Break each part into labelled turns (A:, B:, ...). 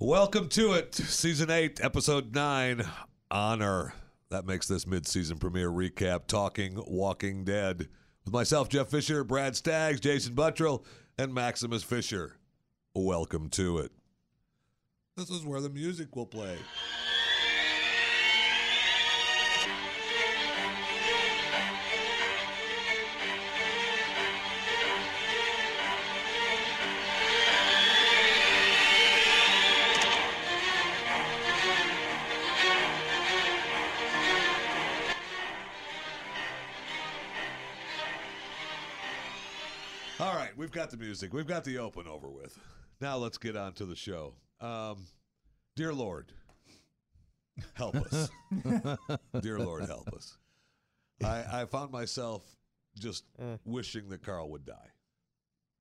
A: Welcome to it, season eight, episode nine, Honor. That makes this mid-season premiere recap, talking Walking Dead, with myself, Jeff Fisher, Brad Staggs, Jason Buttrell, and Maximus Fisher. Welcome to it. This is where the music will play. All right, we've got the music. We've got the open over with. Now let's get on to the show. Um, dear Lord, help us. dear Lord, help us. I, I found myself just wishing that Carl would die.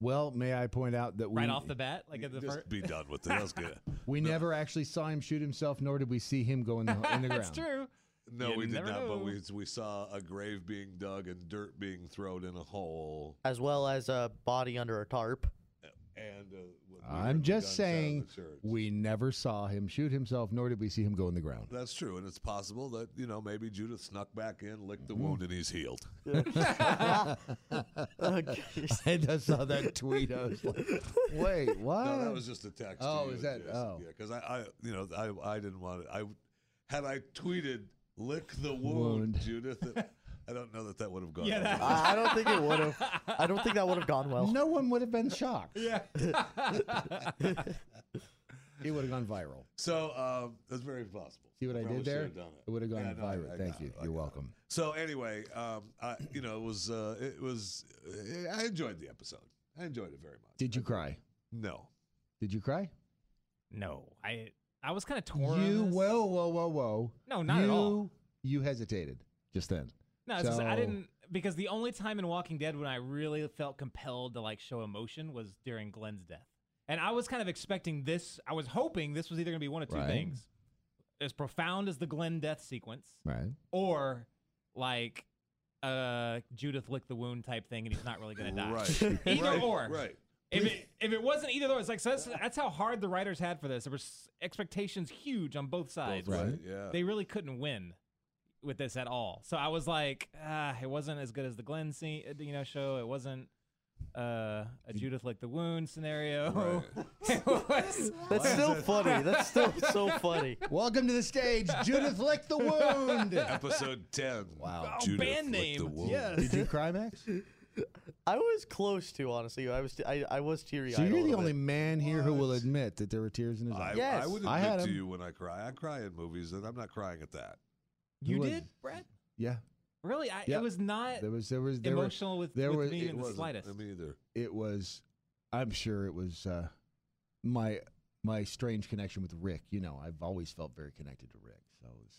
B: Well, may I point out that we
C: right off the bat, like at the
A: just
C: first.
A: be done with it. Let's get it.
B: we never actually saw him shoot himself, nor did we see him go in the, in the ground.
C: That's true.
A: No,
C: You
A: we did
C: never
A: not. But
C: know.
A: we we saw a grave being dug and dirt being thrown in a hole.
D: as well as a body under a tarp.
A: And uh, we heard
B: I'm
A: the
B: just
A: gunshot at
B: saying
A: the church.
B: we never saw him shoot himself, nor did we see him go in the ground.
A: That's true, and it's possible that you know maybe Judah snuck back in, licked the wound, and he's healed.
B: Oh, I just saw that tweet. I was like, wait, what?
A: No, that was just a text. to
B: Oh,
A: you and
B: is that-
A: Jason.
B: oh.
A: Yeah, because I, I, you know, I, I didn't want it. I had I tweeted lick the wound,
B: Wound.
A: Judith. It, I don't know that that would have gone.
C: Yeah,
A: over.
C: that-
D: I, I don't think it would have. I don't think that would have gone well.
B: no one would have been shocked. Yeah. it would have gone viral.
A: So um, that's very possible.
B: See what I,
A: probably
B: did there?
A: should have done it.
B: would have gone
A: Yeah, no, I-
B: viral.
A: I
B: Thank
A: got
B: you.
A: it, I
B: You're
A: got it.
B: welcome.
A: So anyway, um, I, you know, it was, uh, it was, uh, I enjoyed the episode. I enjoyed it very much.
B: Did you cry?
A: No,
B: Did you cry?
C: No, I I was kind of torn. on
B: you
C: this.
B: whoa whoa whoa whoa.
C: No, not at all.
B: You- You hesitated just then.
C: No, it's just I
B: So-
C: didn't because the only time in Walking Dead when I really felt compelled to like show emotion was during Glenn's death, and I was kind of expecting this. I was hoping this was either going to be one of two
B: Right.
C: things: as profound as the Glenn death sequence,
B: Right.
C: or like uh Judith licked the wound type thing, and he's not really going to die.
A: right.
C: Either
A: Right,
C: or.
A: Right.
C: If it, if it wasn't either of those, like so that's, that's how hard the writers had for this. There were s- expectations huge on both sides.
B: Right.
A: Right. Yeah.
C: They really couldn't win with this at all. So I was like, ah, it wasn't as good as the Glenn scene, uh, you know, show. It wasn't uh, a Judith like the wound scenario. it was
D: That's still funny. That's still so funny.
B: Welcome to the stage, Judith licked the wound.
A: Episode 10.
B: Wow.
C: Oh,
A: Judith
C: band
A: licked
C: name.
A: The wound.
C: Yeah.
B: Did you cry, Max? So
D: I was close to honestly. I was. I, I was teary eyed.
B: you're the only man here who will admit that there were tears in his
A: I,
B: eyes.
D: Yes.
A: I would admit
B: I had
A: to
B: him.
A: you when I cry. I cry in movies, and I'm not crying at that.
C: you
B: was-
C: did, Brett?
B: Yeah,
C: Really? I,
B: Yeah.
C: It was not
B: there was there was there
C: emotional with,
B: there
C: with
B: was-
C: me
B: it
C: in the
A: wasn't
C: slightest.
A: Me either.
B: Were, it was. I'm sure it was uh, my my strange connection with Rick. You know, I've always felt very connected to Rick, so it was,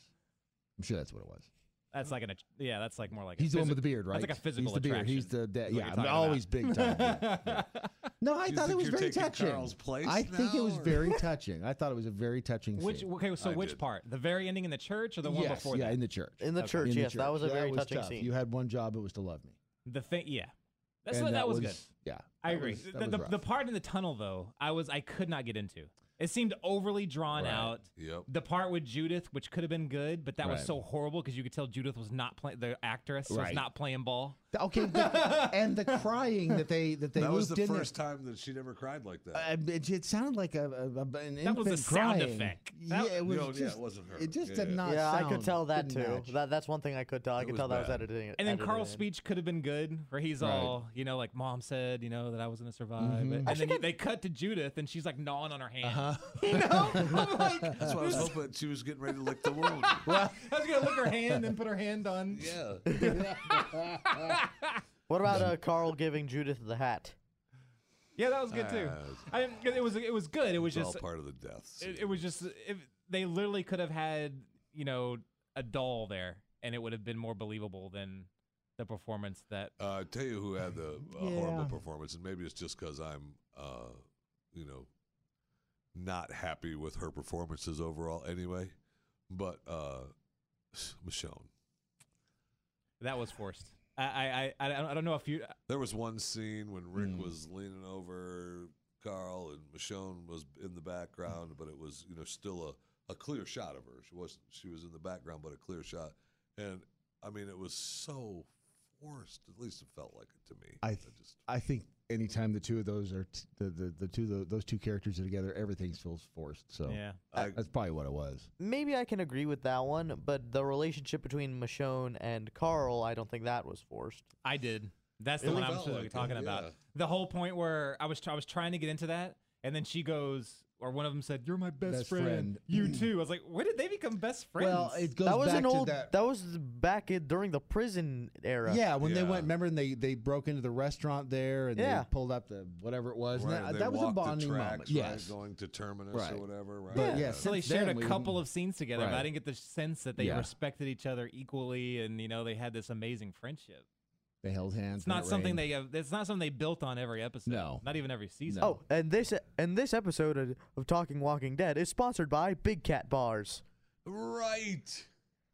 B: I'm sure that's what it was.
C: that's like an att- yeah. That's like more like a
B: He's the one
C: physi-
B: with the beard, right?
C: That's like a physical
B: He's the beard.
C: attraction.
B: He's the da-
C: is what
B: yeah.
C: you're
B: I'm
C: talking
B: always
C: about.
B: big time. Yeah, yeah. No, I
A: You
B: thought
A: think
B: it was
A: you're
B: very
A: taking
B: touching.
A: Carl's place
B: I think it
A: now,
B: was
A: or-
B: very touching. I thought it was a very touching.
C: Which
B: scene.
C: okay, so
A: I
C: which
A: did.
C: part? The very ending in the church or the one
B: Yes,
C: before
B: yeah,
C: that?
B: in the church.
D: in the
C: Okay.
D: church.
B: in the
D: yes, that was a
B: church.
D: very
B: was
D: touching
B: tough.
D: scene.
B: You had one job; it was to love me.
C: the thing, yeah. That's
B: And
C: what, that,
B: that
C: was,
B: was-
C: good.
B: Yeah,
C: I
B: that
C: agree.
B: was- that
C: the,
B: was
C: the,
B: rough.
C: the part in the tunnel though, I was I could not get into. It seemed overly drawn
B: Right.
C: out.
A: Yep.
C: The part with Judith, which could have been good, but that was
B: Right.
C: so horrible because you could tell Judith was not playing the actress was
B: Right.
C: not playing ball.
B: Okay, the- and the crying that they that they
A: That was
B: looped
A: the
B: in there.
A: first time that she never cried like that.
B: Uh, it, it sounded like a, a, a an
C: That was a
B: infant
C: sound
B: crying.
C: effect. That-
B: Yeah, it was
A: No, Oh, yeah, it
B: just,
A: wasn't her.
B: It just
A: Yeah,
B: did
A: yeah.
B: not.
D: yeah, I could
B: sound-
D: tell that
B: didn't
D: too.
B: match.
D: That, that's one thing I could tell. I could
A: was
D: tell that was
A: bad.
D: editing.
C: And then
D: edited
C: Carl's
D: in.
C: speech could have been good, where he's
B: Right. Mm-hmm.
C: all, you know, like mom said, you know, that I was gonna survive. But- And then
D: think
C: he-
D: I-
C: they cut to Judith, and she's like gnawing on her hand.
B: Uh-huh.
C: You know, I'm like,
A: That's why I was hoping she was getting ready to lick the wound.
C: I was gonna lick her hand and put her hand on.
A: yeah.
D: What about uh, Carl giving Judith the hat?
C: Yeah, that was good too.
A: Uh,
C: I mean, it was it was good. It was
A: It's all
C: just
A: part of the deaths.
C: it, it was just it, they literally could have had you know a doll there, and it would have been more believable than the performance that.
A: Uh, I tell you who had the uh, horrible performance, and maybe it's just because I'm, uh, you know, not happy with her performances overall. Anyway, but uh, Michonne.
C: That was forced. I I I, I don't- I don't know if you
B: Hmm.
A: There was one scene when Rick was leaning over Carl and Michonne was in the background, but it was you know still a, a clear shot of her. She was she was in the background, but a clear shot. And I mean, it was so forced. At least it felt like it to me.
B: I th-
A: just
B: I think anytime the two of those are t- the, the the two tho- those two characters are together, everything feels forced. So
C: Yeah.
A: I,
B: that's probably what it was.
D: Maybe I can agree with that one, but the relationship between Michonne and Carl, I don't think that was forced.
C: I did. That's the
A: It
C: one I'm
A: felt
C: specifically
A: like it,
C: talking about.
A: yeah.
C: The whole point where I was tr- I was trying to get into that, and then she goes, or one of them said, "You're my best,
B: Best
C: friend.
B: friend.
C: You too. I was like, when did they become best friends?
B: Well, it goes
D: that was
B: back
D: an old.
B: to that.
D: was back in, during the prison era.
B: yeah, when they
A: Yeah.
B: went, remember, and they, they broke into the restaurant there, and
D: Yeah.
B: they pulled up the whatever it was. and
A: right,
B: that-
A: they
B: that was a
A: walked the
B: bonding moment.
A: tracks, right,
B: yes,
A: going to terminus or
B: Right.
A: whatever. Right.
B: But
A: Yeah.
B: yes,
C: so they
B: since
C: shared
B: then,
C: a
B: we-
C: couple of scenes together, but I
B: Right.
C: didn't get the sense that they
B: Yeah.
C: respected each other equally, and you know they had this amazing friendship.
B: they held hands.
C: It's not something they have. It's not something they built on every episode.
B: No.
C: not even every season.
D: Oh, and this and this episode of- of Talking Walking Dead is sponsored by Big Cat Bars.
A: Right.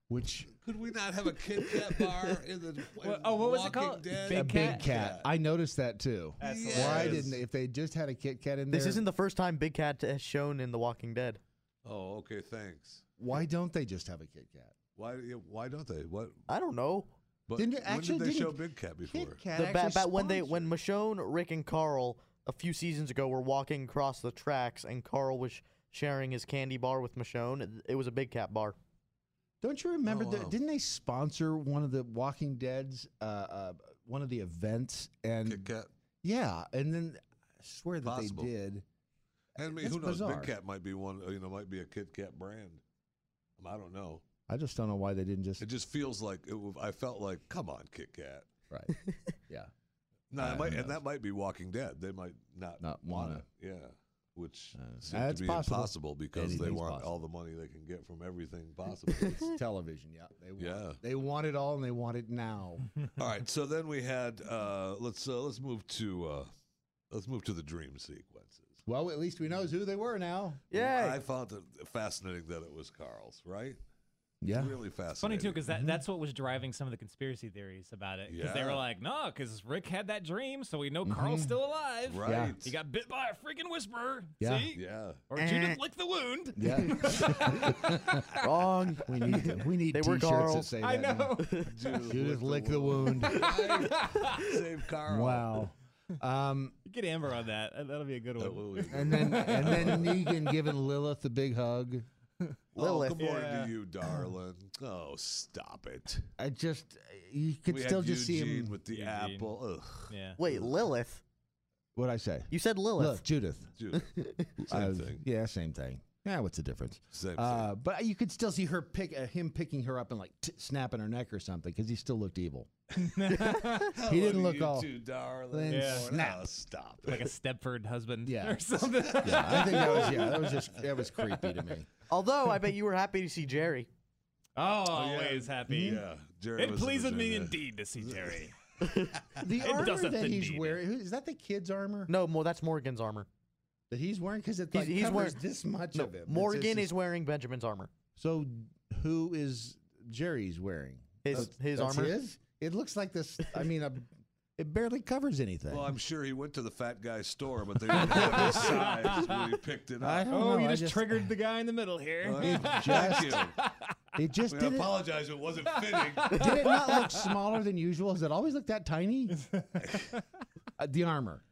B: which
A: Could we not have a Kit Kat bar in the? in
C: What- oh, what was it
A: Walking
C: called?
A: Dead?
C: Big
B: a
C: Cat?
B: big cat. I noticed that too.
C: That's
A: Yes.
B: Why
C: hilarious.
B: didn't if they just had a Kit Kat in there?
D: This isn't the first time Big Cat has shown in The Walking Dead.
A: Oh, okay. Thanks.
B: Why don't they just have a Kit Kat?
A: Why? yeah, Why don't they? What?
D: I don't know.
A: But
B: Didn't it
A: when
B: actually-
A: did they
B: didn't
A: show Big Cat before?
B: Kit Kat
D: The ba-
B: actually
D: ba- when they when
B: sponsored-
D: Michonne, Rick, and Carl a few seasons ago were walking across the tracks, and Carl was sh- sharing his candy bar with Michonne. It was a Big Cat bar.
B: don't you remember
A: Oh,
B: that?
A: wow.
B: Didn't they sponsor one of the Walking Dead's uh, uh, one of the events and
A: Kit Kat.
B: yeah, and then I swear that
A: Possible.
B: they did.
A: I mean,
B: That's
A: who knows?
B: bizarre.
A: Big Cat might be one. You know, might be a Kit Kat brand. Um, I don't know.
B: I just don't know why they didn't just
A: It just feels like it. wa- I felt like, come on, Kit Kat.
B: right. yeah,
A: No,
B: Uh,
A: it might,
B: who
A: and
B: knows?
A: that might be Walking Dead. They might not
B: Not
A: want
B: wanna.
A: it. Yeah, which
B: Uh,
A: seems
B: that's
A: to be
B: possible.
A: impossible because they
B: Anything's
A: want
B: possible.
A: all the money they can get from everything possible. It's-
B: television. Yeah, they want,
A: Yeah.
B: they want it all and they want it now.
A: all right, so then we had uh, let's uh, let's move to uh, let's move to the dream sequences.
B: well, at least we knows who they were now.
D: Yeah.
A: I found it fascinating that it was Carl's, right?
B: Yeah,
A: Really fascinating.
C: Funny too, because that, that's what was driving some of the conspiracy theories about it. Because they
A: Mm-hmm. Yeah.
C: were like, no, because Rick had that dream, so we know
B: Mm-hmm.
C: Carl's still alive.
A: right.
C: He got bit by a freaking whisperer.
B: Yeah.
C: See?
A: yeah.
C: Or Judith licked the wound.
B: yeah.
D: Wrong.
B: we need we need
D: They were
B: t-shirts that
D: Carl's.
B: say
C: I
B: that now.
C: know.
B: Judith lick the wound.
A: Save Carl.
B: wow. Um,
C: Get Amber on that. Uh, That'll be a good
A: That
C: one.
A: will be-
B: and then and then Negan giving Lilith a big hug.
A: oh,
D: Lilith.
A: good morning
C: Yeah.
A: to you, darling. Oh, stop it.
B: I just you could
A: we
B: still
A: had
B: just
A: Eugene
B: see him.
A: with the
C: Eugene.
A: apple. Ugh,
C: Yeah.
D: Wait, Lilith.
B: What I say?
D: You said Lilith.
B: Look, Judith.
A: dude. Same
B: Uh,
A: thing.
B: Yeah, same thing. Yeah, what's the difference?
A: Same
B: Uh, but you could still see her pick uh, him picking her up and like t- snapping her neck or something because he still looked evil.
A: thing.
B: he didn't
A: Hello to
B: look
A: you
B: all-
A: Too, darling.
B: Then
C: Yeah.
A: Oh,
B: snap.
A: stop
C: Like
A: it.
C: a Stepford husband
B: Yeah.
C: or something.
B: Yeah, I think that was yeah, that was just that was creepy to me.
D: Although I bet you were happy to see Jerry.
C: Oh, always happy.
A: Yeah, Jerry.
C: It
A: was in
C: pleases me
A: Virginia.
C: indeed to see Jerry.
B: The
C: It
B: armor
C: doesn't
B: that he's
C: indeed.
B: wearing who- is that the kid's armor
D: No, more that's Morgan's armor.
B: that he's wearing because it
D: He's-
B: like,
D: he's
B: covers
D: wearing-
B: this much
D: No,
B: of him. It's
D: Morgan
B: just-
D: is wearing Benjamin's armor.
B: So who is Jerry's wearing?
D: His his
B: That's
D: armor.
B: his? It looks like this. I mean, a, it barely covers anything.
A: Well, I'm sure he went to the fat guy's store, but they didn't have his size when he picked it
B: I
A: up.
B: don't
C: Oh,
B: know,
C: you
B: I
C: just, triggered the guy in the middle here.
A: Well, Thank
B: just-
A: you.
B: It just
A: We
B: didn't.
A: apologize. It wasn't fitting.
B: Did it not look smaller than usual? Has it always looked that tiny? uh, the armor.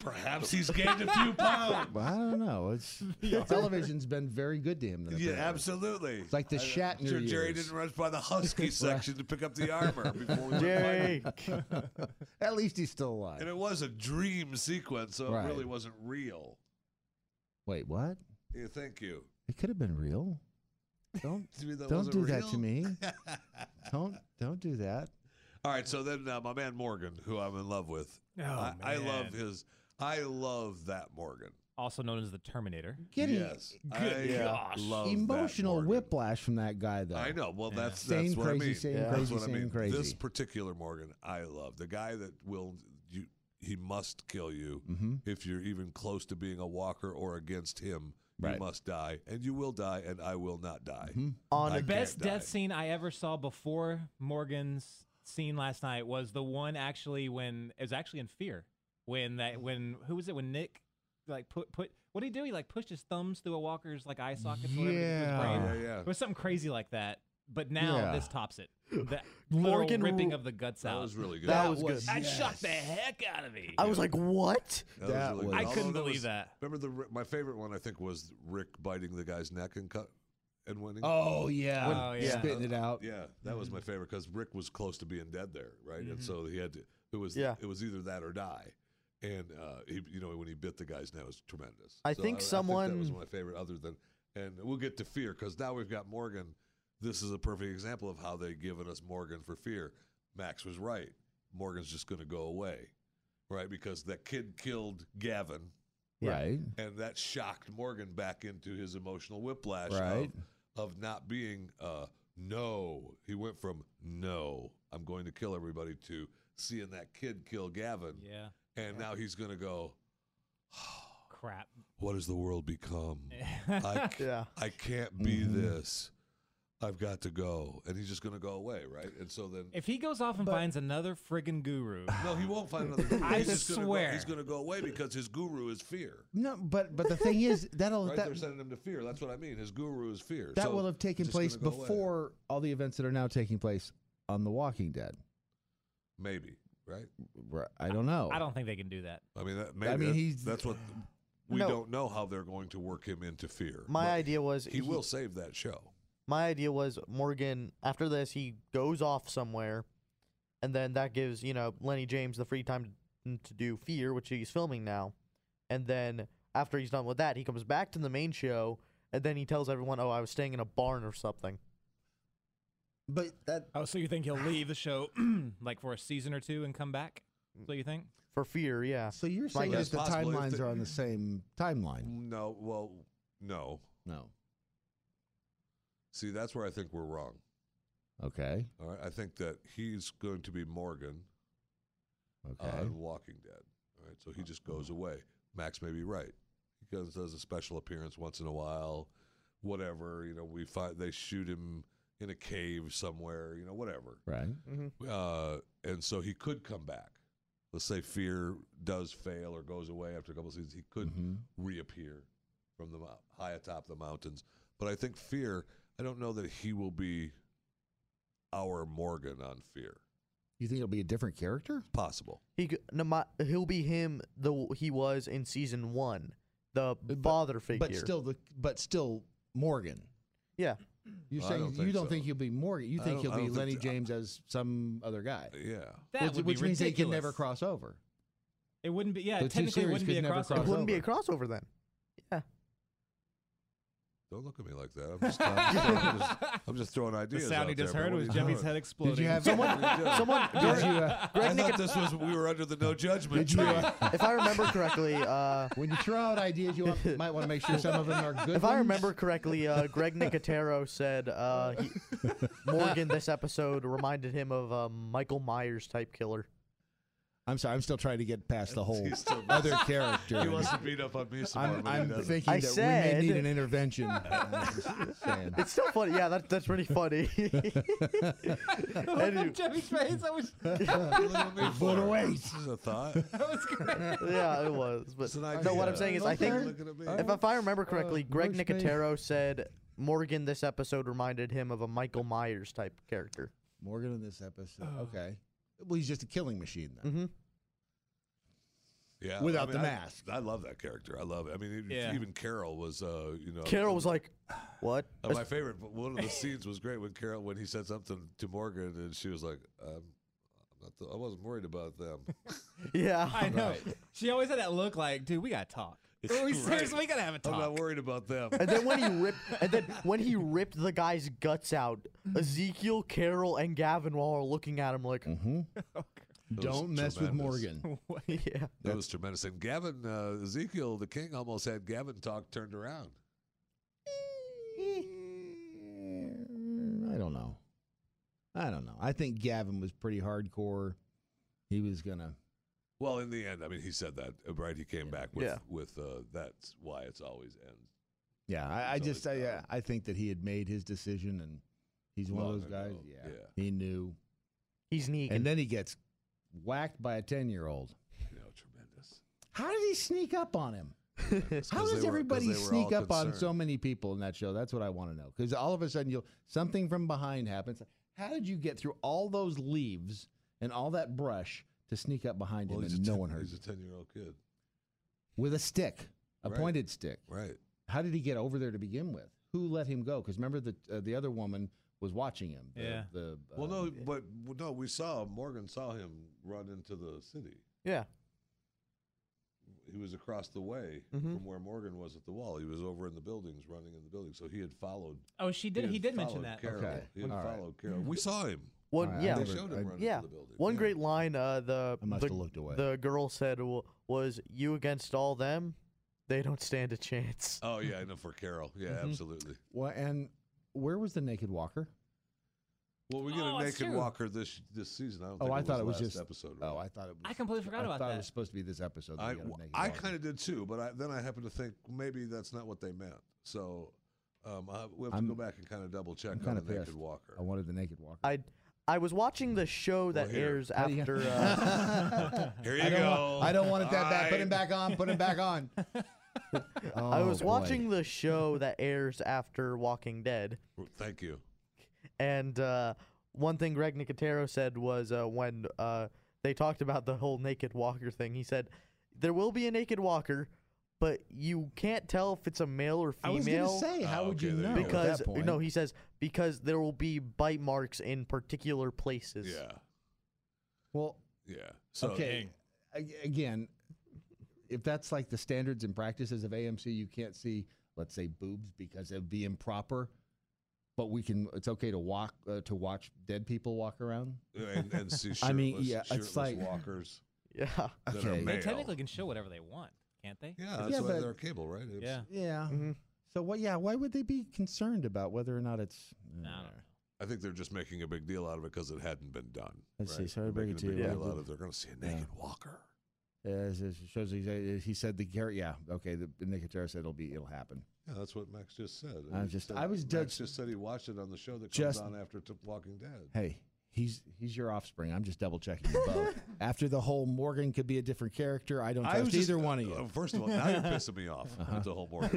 A: Perhaps he's gained a few pounds.
B: Well, I don't know. It's television's been very good to him. Then,
A: Yeah,
B: apparently.
A: absolutely.
B: It's like the Shatner
A: Sure, Jerry
B: years.
A: didn't rush by the husky section to pick up the armor before we went
D: Jerry.
B: At least he's still
A: And
B: alive.
A: it was a dream sequence, so
B: Right.
A: it really wasn't real.
B: Wait, what?
A: Yeah, thank you.
B: It could have been real. Don't
A: You mean that
B: don't
A: wasn't
B: do that
A: real?
B: to me. don't don't do that.
A: All right, so then uh, my man Morgan, who I'm in love with,
C: Oh,
A: I, I love
C: man.
A: his. I love that Morgan.
C: Also known as the Terminator.
B: Getting
A: yes,
C: Good
A: I
C: gosh.
A: love that
B: emotional
A: Morgan.
B: whiplash from that guy though.
A: I know. Well,
C: Yeah.
A: that's
B: Same
A: that's what
B: crazy,
A: I mean.
B: same
A: that's
B: crazy,
A: what I
B: same
A: mean.
B: crazy.
A: This particular Morgan, I love the guy that will you. He must kill you
B: Mm-hmm.
A: if you're even close to being a walker or against him. You
B: Right.
A: must die, and you will die, and I will not die.
B: mm-hmm.
D: On
A: I
D: a
A: can't
C: best
A: die.
C: death scene I ever saw before Morgan's scene last night was the one actually when it was actually in Fear when that when who was it when Nick like put put what did he do? He like pushed his thumbs through a walker's like eye socket. or whatever to do his brain.
A: yeah,
B: Yeah.
A: yeah.
C: It was something crazy like that. But now
B: Yeah.
C: this tops it. The
D: Morgan
C: Morgan ripping
D: Ru-
C: of the guts
A: That
C: out.
A: was really good.
D: That was good.
C: I shocked the
B: yes.
C: heck out of me.
D: I was like, what?
B: That
A: really
B: was-
A: good.
C: I
A: Although
C: couldn't
A: there
C: believe
A: was-
C: that.
A: Remember the Ri- my favorite one I think was Rick biting the guy's neck and cut and winning.
B: Oh yeah.
C: Oh, yeah.
B: Spitting it out.
A: Yeah, that was
D: mm-hmm.
A: my favorite because Rick was close to being dead there, right? And so he had to. It was
D: Yeah.
A: It was either that or die. And uh, he, you know, when he bit the guy's neck, it was tremendous.
D: I think
A: that was
D: someone-
A: my favorite. Other than, and we'll get to fear because now we've got Morgan. This is a perfect example of how they've given us Morgan for fear. Max was right. Morgan's just going to go away, right? Because that kid killed Gavin,
D: Yeah.
B: Right.
A: and that shocked Morgan back into his emotional whiplash of-
B: Right.
A: of, not being uh no. He went from no, I'm going to kill everybody to seeing that kid kill Gavin.
C: Yeah.
A: And now he's gonna go,
C: Crap.
A: What has the world become? I, c-
D: Yeah.
A: I can't be
B: Mhm.
A: this. I've got to go. And he's just gonna go away, right? And so then
C: If he goes off and finds another friggin' guru,
A: no, he won't find another guru.
C: I
A: he's just gonna go-
C: swear.
A: he's going to go away because his guru is fear.
B: No, but but the thing is that'll
A: Right? They're
B: that,
A: sending him to fear. That's what I mean. His guru is fear.
B: that
A: So
B: will have taken
A: it's just
B: place
A: gonna go away.
B: before all the events that are now taking place on The Walking Dead.
A: Maybe, right?
B: Right. I don't know.
C: I don't think they can do that.
A: I mean, that, maybe
B: mean,
A: that-
B: he's-
A: that's what we
D: No.
A: don't know how they're going to work him into fear.
D: My
A: But
D: idea was
A: he, will save that show.
D: My idea was Morgan. After this, he goes off somewhere, and then that gives you know Lenny James the free time to, to do Fear, which he's filming now. And then after he's done with that, he comes back to the main show, and then he tells everyone, "Oh, I was staying in a barn or something."
B: But that
C: Oh, so you think he'll leave the show like for a season or two and come back? So you think?
D: For Fear, yeah.
B: so you're
D: My
B: saying
A: guess
B: that the
A: possibly is
B: timelines
A: that-
B: are on the same timeline?
A: No, well, no.
B: No.
A: See, that's where I think we're wrong.
B: Okay.
A: All right, I think that he's going to be Morgan
B: Okay.
A: on Walking Dead. All right, so he just goes away. Max may be right. He goes does a special appearance once in a while, whatever. You know, we find they shoot him in a cave somewhere. You know, whatever.
B: right.
D: Mm-hmm.
A: uh, and so he could come back. Let's say fear does fail or goes away after a couple of seasons, he could
B: Mhm.
A: reappear from the mou- high atop the mountains. But I think fear. I don't know that he will be our Morgan on fear.
B: You think it'll be a different character?
A: Possible.
D: He g- no, my, he'll be him the w- he was in season one, the
B: But-
D: father figure.
B: But still the but still Morgan.
D: yeah.
B: You're
A: I
B: saying
A: don't
B: you
A: think
B: don't
A: so.
B: think he'll be Morgan. You
A: I
B: think
A: don't-
B: he'll
A: I
B: be
A: don't think
B: Lenny
A: th-
B: James as some other guy.
A: Yeah.
C: That
B: which
C: would be
B: which means they can never
C: ridiculous.
B: cross over.
C: It wouldn't be. Yeah,
B: The two
C: technically, it
B: series
C: wouldn't be
B: could
C: a
B: never
C: crossover.
B: cross
D: It wouldn't be a
B: over.
D: crossover then. Yeah.
A: Don't look at me like that. I'm just, I'm just, I'm just, I'm just throwing
C: The
A: ideas.
C: sound he
A: out there,
C: just
A: but
C: heard
A: what
C: was
A: are you
C: Jeffy's
A: doing?
C: head exploding.
B: have-
A: What are you doing?
D: Someone
B: Did you, uh,
A: I thought this was we were under the no judgment.
B: did you,
A: tree.
B: uh,
D: if I remember correctly, uh,
B: when you throw out ideas, you want, might want to make sure some of them are good.
D: if I
B: ones.
D: remember correctly, uh, Greg Nicotero said uh, he, Morgan this episode reminded him of a Michael Myers type killer.
B: I'm sorry. I'm still trying to get past the whole
A: He's still-
B: other character.
A: he wants to beat up on me some more,
B: I'm,
A: but he
B: I'm
A: doesn't.
B: thinking
D: I
B: that
D: said-
B: we may need an intervention. I'm just saying.
D: It's still funny. Yeah, that, that's pretty funny. Anyway,
C: Jeffy's face. That was
A: What
B: for?
A: This is a thought.
C: that was great.
D: yeah, it was. But
A: It's an
D: no, what
A: idea.
D: I'm saying is, I think
A: Looking at me.
D: if, if I remember correctly,
B: Uh,
D: Greg
B: workspace.
D: Nicotero said Morgan this episode reminded him of a Michael Myers type character.
B: Morgan in this episode.
A: Oh.
B: Okay. Well, he's just a killing machine then.
D: Mm-hmm.
A: yeah,
B: without
A: I mean,
B: the
A: I-
B: mask.
A: I, love that character. I love it. I mean, even-
C: Yeah.
A: even Carol was, uh, you
B: Oh,
A: know,
D: Carol was like, "What?"
A: uh, my favorite. But one of the scenes was great when Carol when he said something to Morgan and she was like, um, I'm not the, "I wasn't worried about them."
D: Yeah.
C: I know. She always had that look like, dude, we got to talk. We
A: Right.
C: seriously, we got to have a
A: I'm not
C: talk.
A: worried about them.
D: And then when he ripped, and then when he ripped the guy's guts out, Ezekiel, Carol, and Gavin were all looking at him like,
B: Mm-hmm.
A: was
B: Don't mess with
A: tremendous.
B: Morgan.
D: yeah,
A: That was tremendous. And Gavin uh, Ezekiel, the king, almost had Gavin talk turned around.
B: I don't know. I don't know. I think Gavin was pretty hardcore. He was gonna.
A: Well, in the end, I mean, he said that uh, right. He came back with
D: Yeah.
A: with uh, that's why it's always ends.
B: Yeah, I, I
A: It's
B: just
A: always
B: I,
A: Gavin.
B: I think that he had made his decision, and he's one
A: Long
B: of those guys.
A: ago,
B: Yeah,
A: Oh, yeah.
B: he knew,
D: he's Negan.
B: and then he gets whacked by a ten-year-old.
A: You know, tremendous.
B: How did he sneak up on him?
A: It's 'cause
B: How
A: they
B: does
A: were- 'cause
B: everybody
A: they were
B: sneak
A: all
B: up on so
A: concerned.
B: many people in that show? That's what I want to know. Because all of a sudden, you'll something from behind happens. How did you get through all those leaves and all that brush to sneak up behind
A: Well,
B: him
A: he's
B: and
A: a
B: no
A: 10
B: one heard
A: He's
B: you?
A: a ten-year-old kid,
B: with a stick, a
A: Right.
B: pointed stick?
A: right?
B: How did he get over there to begin with? Who let him go? Because remember the uh, the other woman was watching him. The,
C: Yeah.
B: The,
A: Well,
B: uh,
A: no, but well, no, we saw Morgan saw him run into the city.
D: Yeah.
A: He was across the way
D: Mhm.
C: Mm-hmm.
A: from where Morgan was at the wall. He was over in the buildings, running in the buildings. So he had followed.
C: Oh, she did.
A: had
C: He did mention
A: followed
C: that.
A: Carol.
B: Okay.
A: He had
B: All right.
A: followed Carol. We saw him.
D: One
B: Alright, I
D: yeah.
A: They
B: never-
A: showed
B: I-
A: him running
D: yeah.
A: into the building.
D: One
A: Yeah.
D: great line uh the
B: I must
D: the,
B: have looked away.
D: the girl said w- was you against all them, they don't stand a chance.
A: Oh yeah, I know for Carol. Yeah,
C: Mm-hmm.
A: absolutely.
B: well, and where was the naked walker?
A: Well, we get
C: Oh,
A: a
C: that's
A: naked
C: true.
A: walker this this season. I don't
B: Oh,
A: think
B: I
A: it
B: thought it was
A: was last
B: just-
A: episode.
B: Oh,
A: right?
B: I thought it was.
C: I completely forgot
B: I
C: about
B: thought
C: that.
B: it was supposed to be this episode. that
A: I,
B: we got a
A: w-
B: naked
A: I
B: walker.
A: kind of did too, but I, then I happened to think maybe that's not what they meant. So um, I, we have to
B: I'm-
A: go back and kind of double check
B: I'm
A: on
B: kinda
A: the naked
B: pissed.
A: walker.
B: I wanted the naked walker.
D: I I was watching the show that
A: here.
D: airs
B: How do you-
D: after uh,
A: Here you
B: I don't,
A: go.
B: want, I don't want it that bad.
A: All
B: Put him
A: right.
B: back on. Put him back on.
D: I
B: Oh,
D: was
B: boy.
D: watching the show that airs after Walking Dead,
A: Thank you.
D: and uh, one thing Greg Nicotero said was uh, when uh, they talked about the whole naked walker thing. He said there will be a naked walker, but you can't tell if it's a male or
B: I was gonna
D: female
B: say, how
A: Oh,
B: would
A: okay,
B: you
A: there you
B: know?
A: go.
B: at
D: because
B: that point?
D: no, he says because there will be bite marks in particular places.
A: Yeah,
B: well,
A: yeah. So
B: okay. a- Again, if that's like the standards and practices of AMC, you can't see, let's say, boobs because it'd be improper. But we can. It's okay to walk uh, to watch dead people walk around.
A: and, and see shirtless,
B: I mean, yeah, it's
A: shirtless
B: like-
A: walkers
D: yeah.
A: that
B: Okay.
A: are
C: They
A: male.
C: technically can show whatever they want, can't they?
A: yeah, that's
B: Yeah,
A: why
B: but-
A: they're cable, right? It's-
C: Yeah.
B: Yeah.
D: Mhm.
B: So what? Yeah. Why would they be concerned about whether or not it's? uh,
C: I don't know.
A: I think they're just making a big deal out of it because it hadn't been done.
B: Let's see,
A: right?
B: sorry
A: They're
B: to bring it
A: making a
B: to
A: big
D: you,
A: deal
B: but-
A: out of they're going to see a
B: Yeah.
A: naked walker.
B: Yeah, it it shows he said, he said the Garrett. Yeah, okay. The Nicotero said it'll be it'll happen.
A: Yeah, that's what Max just said.
B: I
A: He
B: was just-
A: said-
B: I was
A: Max
B: judged-
A: just said he watched it on the show that comes
B: Just-
A: on after T- Walking Dead.
B: Hey, he's he's your offspring. I'm just double checking you both. After the whole Morgan could be a different character. I don't trust either
A: just-
B: one of
A: uh,
B: you. Uh-huh.
A: first of all, now you're pissing me off with the whole board.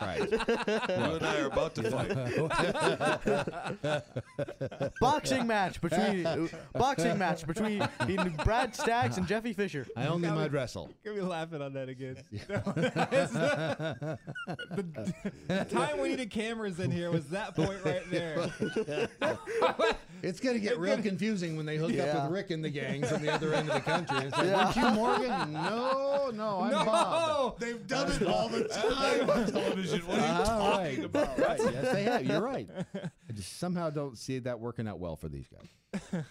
B: right.
A: You and I are about to fight.
D: boxing match between uh, boxing match between Brad Staggs and Jeffy Fisher.
B: I only might wrestle.
C: You're gonna be laughing on that again. the time we needed cameras in here was that point right there.
B: It's gonna get real confusing when they hook up
D: Yeah.
B: with Rick and the gang from the other end of the country. It's like, weren't you Morgan? No, no, I'm Bob.
C: No,
A: They've done it all the time on television. What are you
B: All
A: talking
B: Ah, right.
A: about?
B: Right. Yes, they have. You're right. I just somehow don't see that working out well for these guys.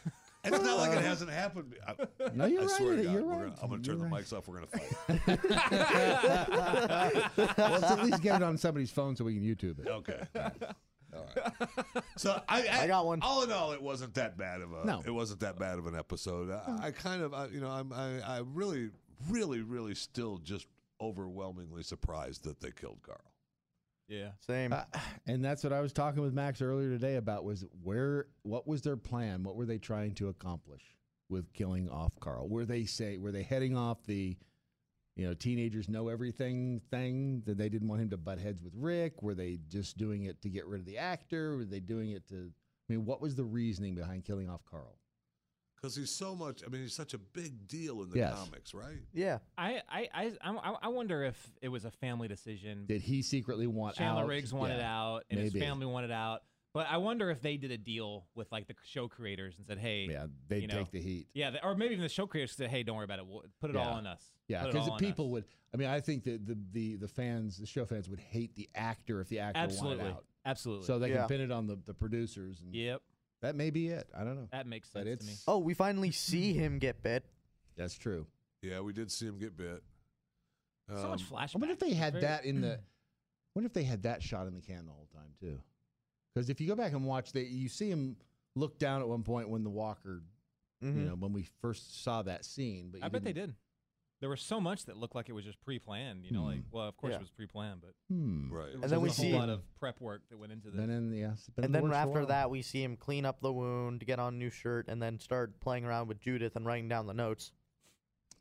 A: It's not like it hasn't happened. I,
B: No, you're
A: I
B: right.
A: swear to God,
B: you're
A: we're
B: right.
A: gonna- I'm going to turn the mics off. We're going to fight.
B: Well, let's at least get it on somebody's phone so we can YouTube it.
A: Okay. All right. So I, I,
D: I got one.
A: All in all, it wasn't that bad of a.
B: No.
A: It wasn't that bad of an episode. I, I kind of, I, you know, I'm, I, I really, really, really, still just overwhelmingly surprised that they killed Carl.
C: Yeah.
D: Same.
B: Uh, and that's what I was talking with Max earlier today about was where what was their plan? What were they trying to accomplish with killing off Carl? Were they say were they heading off the you know, teenagers know everything thing that they didn't want him to butt heads with Rick? Were they just doing it to get rid of the actor? Were they doing it to I mean, what was the reasoning behind killing off Carl?
A: Because he's so much. I mean, he's such a big deal in the
B: Yes.
A: comics, right?
D: yeah.
C: I, I, I, I'm- I, I wonder if it was a family decision.
B: Did he secretly want
C: Chandler
B: out?
C: Riggs wanted
B: Yeah.
C: out, and his
B: maybe.
C: family wanted out. But I wonder if they did a deal with like the show creators and said, "Hey,
B: Yeah, they'd
C: you
B: take
C: know.
B: the heat.
C: yeah," th- or maybe even the show creators said, "Hey, don't worry about it. We'll put it all
B: Yeah.
C: on us."
B: Yeah,
C: Put it
B: because
C: all on
B: people
C: us."
B: would. I mean, I think that the, the the fans, the show fans, would hate the actor if the actor
C: absolutely,
B: wanted out.
C: absolutely.
B: So they
D: Yeah.
B: can pin it on the, the producers. And
C: yep,
B: That may be it. I don't know.
C: that makes
B: But
C: sense to me.
B: it's
D: Oh, we finally see him get bit.
B: that's true.
A: Yeah, we did see him get bit.
C: so much
A: Um,
C: flashback.
B: I wonder if they
C: It's
B: had
C: very-
B: that in the. wonder if they had that shot in the can the whole time too, because if you go back and watch, they you see him look down at one point when the walker,
D: Mhm.
B: you know, when we first saw that scene. But
C: I
B: you
C: bet they
B: didn't-
C: did. There was so much that looked like it was just pre-planned. You know, like
B: Hmm.
C: well, of course
D: Yeah.
C: it was pre-planned, but
B: Hmm.
A: Right.
C: there
D: And
C: was
D: then
C: a
D: we
C: whole
D: see-
C: lot of prep work that went into
B: Then
C: this.
B: in the, yeah, it's been in
D: And
B: the
D: then
B: works for a
D: after
B: while.
D: that, we see him clean up the wound, get on new shirt, and then start playing around with Judith and writing down the notes.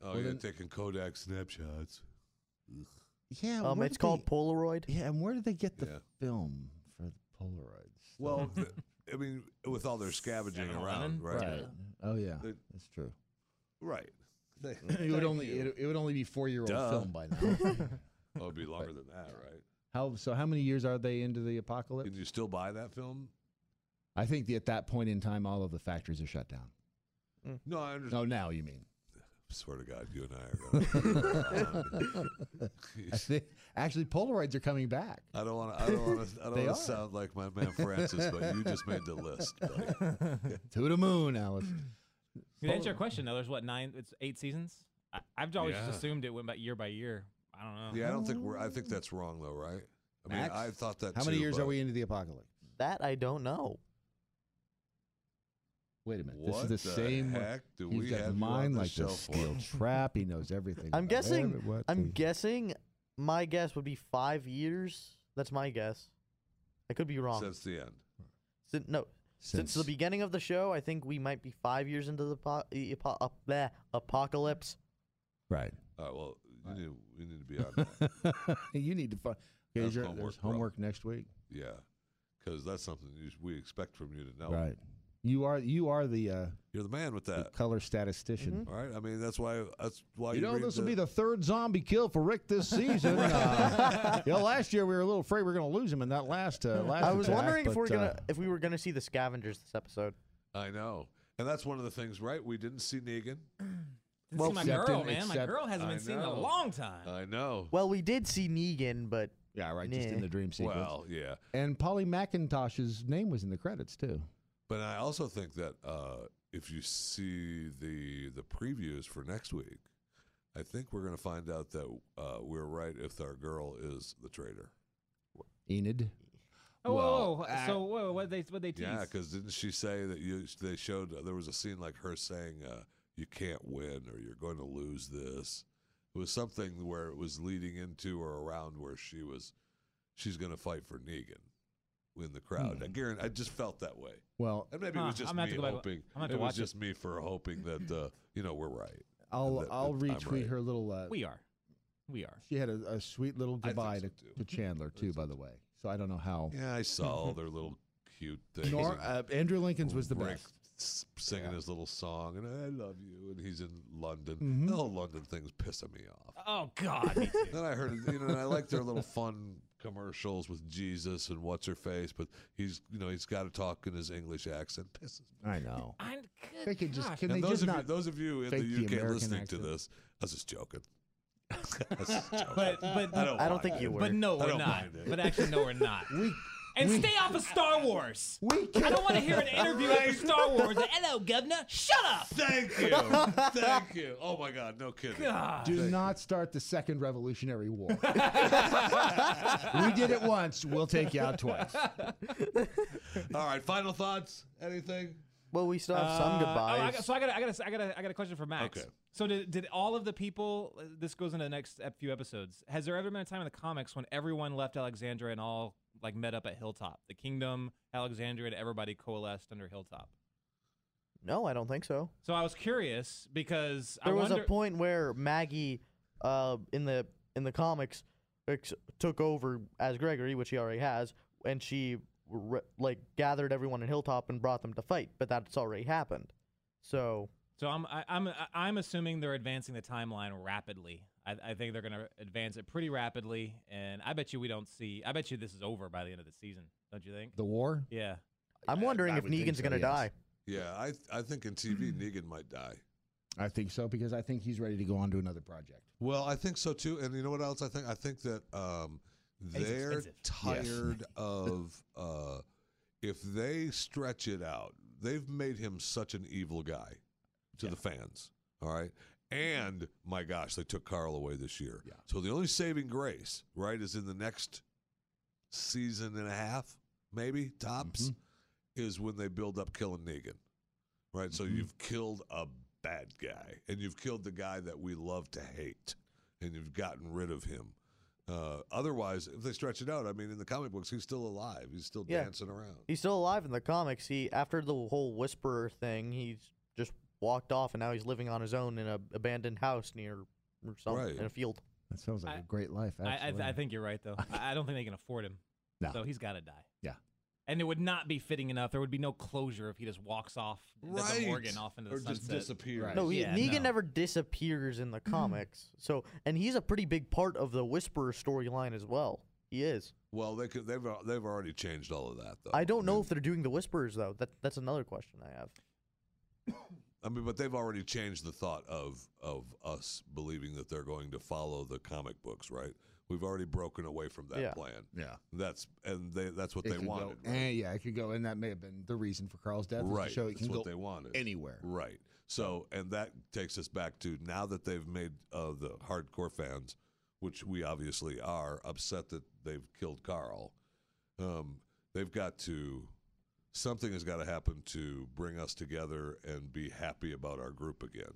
A: Oh
B: Well,
A: yeah,
B: then-
A: taking Kodak snapshots.
B: Yeah.
D: Um,
B: where
D: it's
B: did they-
D: called Polaroid.
B: yeah, and where did they get the
A: Yeah.
B: film for the Polaroids?
A: Well, th- I mean, with all their scavenging
C: 7-Eleven?
A: around, right?
B: right. Oh yeah,
A: They-
B: that's true.
A: Right. They-
B: It would
A: thank
B: only
A: you.
B: it, it would only be four year old
A: Duh.
B: film by now.
A: Oh, it'd be longer than that, right?
B: how so? How many years are they into the apocalypse?
A: Can you still buy that film?
B: I think that at that point in time, all of the factories are shut down.
A: No, I understand.
B: No, now you mean?
A: Swear to God, you and I are. Gonna, Um,
B: I think, actually, Polaroids are coming back.
A: I don't want to. I don't want to. I don't
B: They
A: want
B: are.
A: to sound like my man Francis, but you just made the list. buddy.
B: To the moon, Alice.
C: To answer your question, though, there's what nine? It's eight seasons. I, I've always
A: Yeah.
C: just assumed it went by year by year. I don't know.
A: Yeah, I don't think we're. I think that's wrong, though, right? I mean,
B: Max,
A: I thought that.
B: How many
A: too,
B: years
A: but
B: are we into the apocalypse?
D: That I don't know.
B: Wait a minute.
A: What
B: this is the, same.
A: heck do
B: He's
A: we
B: got
A: have you on
B: mine
A: the
B: like
A: show
B: the
A: for?
B: steel trap. He knows everything.
D: I'm
B: about
D: guessing-
B: every- what
D: I'm
B: the-
D: guessing. My guess would be five years. That's my guess. I could be wrong.
A: Since the end.
D: Sin- no, since, the beginning of the show, I think we might be five years into the po- e- apo- uh, bleh, apocalypse.
B: right.
A: All right. Uh, Well, you
B: Right.
A: need, we need to be on that.
B: you need to find. Okay,
A: That's
B: is your,
A: homework,
B: there's
A: bro.
B: homework next week,
A: yeah, because that's something you, sh- we expect from you to know.
B: right? You are you are the, uh,
A: You're the man with
B: the
A: that.
B: color statistician.
A: All right. I mean, that's why. That's why mm-hmm. Oh, you,
B: You know,
A: read
B: this will
A: the-
B: be the third zombie kill for Rick this season. uh, you know, last year we were a little afraid we were going to lose him in that last. Uh, last
D: I was
B: attack,
D: wondering if
B: but,
D: we're
B: uh,
D: gonna if we were gonna see the scavengers this episode.
A: I know, and that's one of the things. Right? We didn't see Negan.
C: Didn't
B: Well,
C: see my
B: except
C: girl,
B: in-
C: man. my
B: except-
C: girl hasn't
A: I
C: been seen in a
A: know.
C: long time.
B: Uh,
A: I know.
D: Well, we did see Negan, but
B: Yeah, right. Just in
D: Nah.
B: the dream sequence.
A: Well, yeah.
B: And Polly McIntosh's name was in the credits too.
A: But I also think that uh, if you see the the previews for next week, I think we're going to find out that uh, we're right if our girl is the traitor.
B: Enid.
C: oh,
B: well,
C: whoa, whoa.
B: I-
C: so whoa, what they what they tease?
A: Yeah, because didn't she say that you? They showed there was a scene like her saying, uh, "You can't win, or you're going to lose this." It was something where it was leading into or around where she was. She's going to fight for Negan in the crowd. I guarantee. I just felt that way,
B: Well,
A: and maybe it
C: Huh,
A: was just
C: I'm gonna have
A: me
C: to go back-
A: hoping.
C: I'm gonna have to
A: it was
C: watch it.
A: just me for hoping that uh, you know we're right.
B: I'll
A: that-
B: I'll
A: that I'm
B: retweet
A: right.
B: her little. Uh,
C: we are, we are.
B: she had a, a sweet little
A: I think
B: goodbye
A: so,
B: to,
A: too.
B: to Chandler too, by the way. So I don't know how.
A: Yeah, I saw all their little cute things.
B: Nor,
A: and
B: uh, Andrew Lincoln's was the
A: Rick
B: best.
A: s- singing his little song, and I love you, and he's in London.
B: Mhm.
A: The whole London thing's pissing me off.
C: Oh God, me too.
A: Then I heard, you know, and I like their little fun commercials with Jesus and what's her face, but he's, you know, he's got to talk in his English accent. Pisses. me.
B: I know.
C: I'm good.
B: They could just
C: gosh.
B: can
A: and
B: they
A: those
B: just
A: of
B: not
A: you, those of you in
B: fake the
A: the UK
B: American
A: listening
B: accent?
A: to this, I was just joking. I was just joking.
C: but but
A: I don't.
D: I don't
A: mind
D: think
A: it.
D: you were.
C: Oh, but no,
A: I
C: we're
A: don't
C: not.
A: mind it.
C: But actually, no, we're not.
B: we
C: and
B: we-
C: stay off of Star Wars.
B: we
C: I
B: can't.
C: don't want to hear an interview after Star Wars. Hello, governor. Shut up.
A: Thank you, thank you. Oh my God, no kidding.
C: God.
B: Do not start the second Revolutionary War. we did it once. We'll take you out twice.
A: All right, final thoughts? Anything?
D: well, we still have some
C: Uh,
D: goodbyes.
C: Oh, I got, so I got, a, I got, a, I got, a, I got a question for Max.
A: Okay.
C: So did, did all of the people? This goes into the next ep- few episodes. Has there ever been a time in the comics when everyone left Alexandria and all like met up at Hilltop? The Kingdom, Alexandria, and everybody coalesced under Hilltop.
D: no, I don't think so.
C: So I was curious because
D: There
C: I
D: was
C: wonder,
D: a point where Maggie, uh, in the in the comics, ex- took over as Gregory, which he already has, and she re- like gathered everyone in Hilltop and brought them to fight. But that's already happened. So
C: So I'm, I, I'm, I- I'm assuming they're advancing the timeline rapidly. I, I think they're going to advance it pretty rapidly, and I bet you we don't see. I bet you this is over by the end of the season. Don't you think?
B: The war?
C: Yeah.
D: I'm
B: I-
D: wondering
B: I
D: if
B: would think
D: Negan's
B: so,
D: gonna
B: yes.
D: die.
A: Yeah, I I think in TV Negan might die.
B: I think so because I think he's ready to go on to another project.
A: Well, I think so too. And you know what else I think? I think that um,
C: He's
A: they're
C: expensive.
A: tired of uh, if they stretch it out. They've made him such an evil guy to the fans. All right. And my gosh, they took Carl away this year.
B: Yeah.
A: So the only saving grace, right, is in the next season and a half, maybe tops, is when they build up killing Negan. Right? So
C: Mm-hmm.
A: you've killed a bad guy and you've killed the guy that we love to hate and you've gotten rid of him. Uh, otherwise, if they stretch it out, I mean, in the comic books, he's still alive. He's still
D: Yeah.
A: dancing around.
D: He's still alive in the comics. He after the whole whisperer thing, he's just walked off, and now he's living on his own in a abandoned house near or something
A: Right.
D: in a field.
B: That sounds like a
C: I-
B: great life.
C: I, I, th-
B: absolutely.
C: I think you're right though. I I don't think they can afford him.
B: No.
C: So he's got to die.
B: Yeah.
C: And it would not be fitting enough. There would be no closure if he just walks off and does a Morgan off into the
A: or
C: sunset.
A: just disappear.
B: Right.
D: No, he,
C: Uh, Yeah,
D: Negan
C: no.
D: never disappears in the
A: Hmm.
D: comics. So, and he's a pretty big part of the Whisperer storyline as well. He is.
A: Well, they could, they've al- they've already changed all of that though.
D: I don't know
A: mean-
D: if they're doing the Whisperers though. That that's another question I have.
A: I mean, but they've already changed the thought of of us believing that they're going to follow the comic books, right? We've already broken away from that
D: Yeah.
A: plan.
B: yeah.
A: That's and they that's what
B: It
A: they
B: could go-
A: wanted. right?
B: eh, yeah, it could go, and that may have been the reason for Carl's death. Was
A: right.
B: to show it
A: that's
B: can
A: what
B: go
A: they wanted.
B: anywhere.
A: Right. So, and that takes us back to now that they've made uh, the hardcore fans, which we obviously are, upset that they've killed Carl. Um, they've got to something has got to happen to bring us together and be happy about our group again,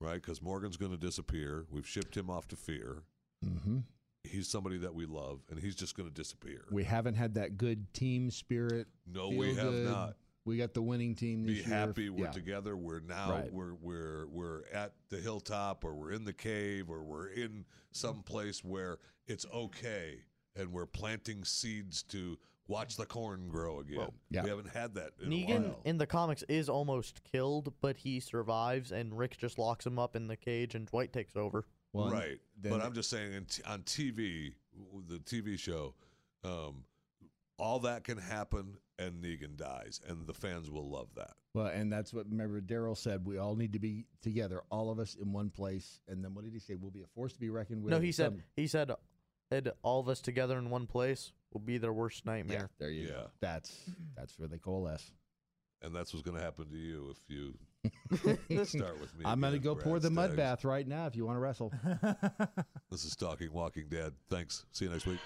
A: right? Because Morgan's going to disappear. We've shipped him off to Fear.
B: Mm-hmm.
A: He's somebody that we love, and he's just going to disappear.
B: We haven't had that good team spirit.
A: no, we
B: feel
A: have
B: good.
A: not.
B: We got the winning team
A: be
B: this year.
A: happy we're
B: Yeah.
A: together we're now
B: Right.
A: we're we're we're at the hilltop or we're in the cave or we're in some place where it's okay and we're planting seeds to watch the corn grow again
B: yeah.
A: we haven't had that in a
D: Negan
A: while
D: in the comics is almost killed, but he survives, and Rick just locks him up in the cage, and Dwight takes over.
B: Well, and
A: right
B: then
A: but i'm just saying in t- on tv w- the tv show um all that can happen and negan dies and the fans will love that
B: Well, and that's what remember Daryl said. We all need to be together, all of us in one place. And then what did he say? We'll be a force to be reckoned with.
D: no,
B: or
D: he said
B: something.
D: he said, "And all of us together in one place will be their worst
B: Yeah,
D: nightmare."
B: there you
A: Yeah.
B: go. That's that's where they coalesce.
A: and that's what's going to happen to you if you start with me
B: I'm gonna
A: again,
B: go
A: Brad
B: pour the mud
A: Staggs.
B: bath right now if you want to wrestle.
A: This is Talking Walking Dead. Thanks. See you next week.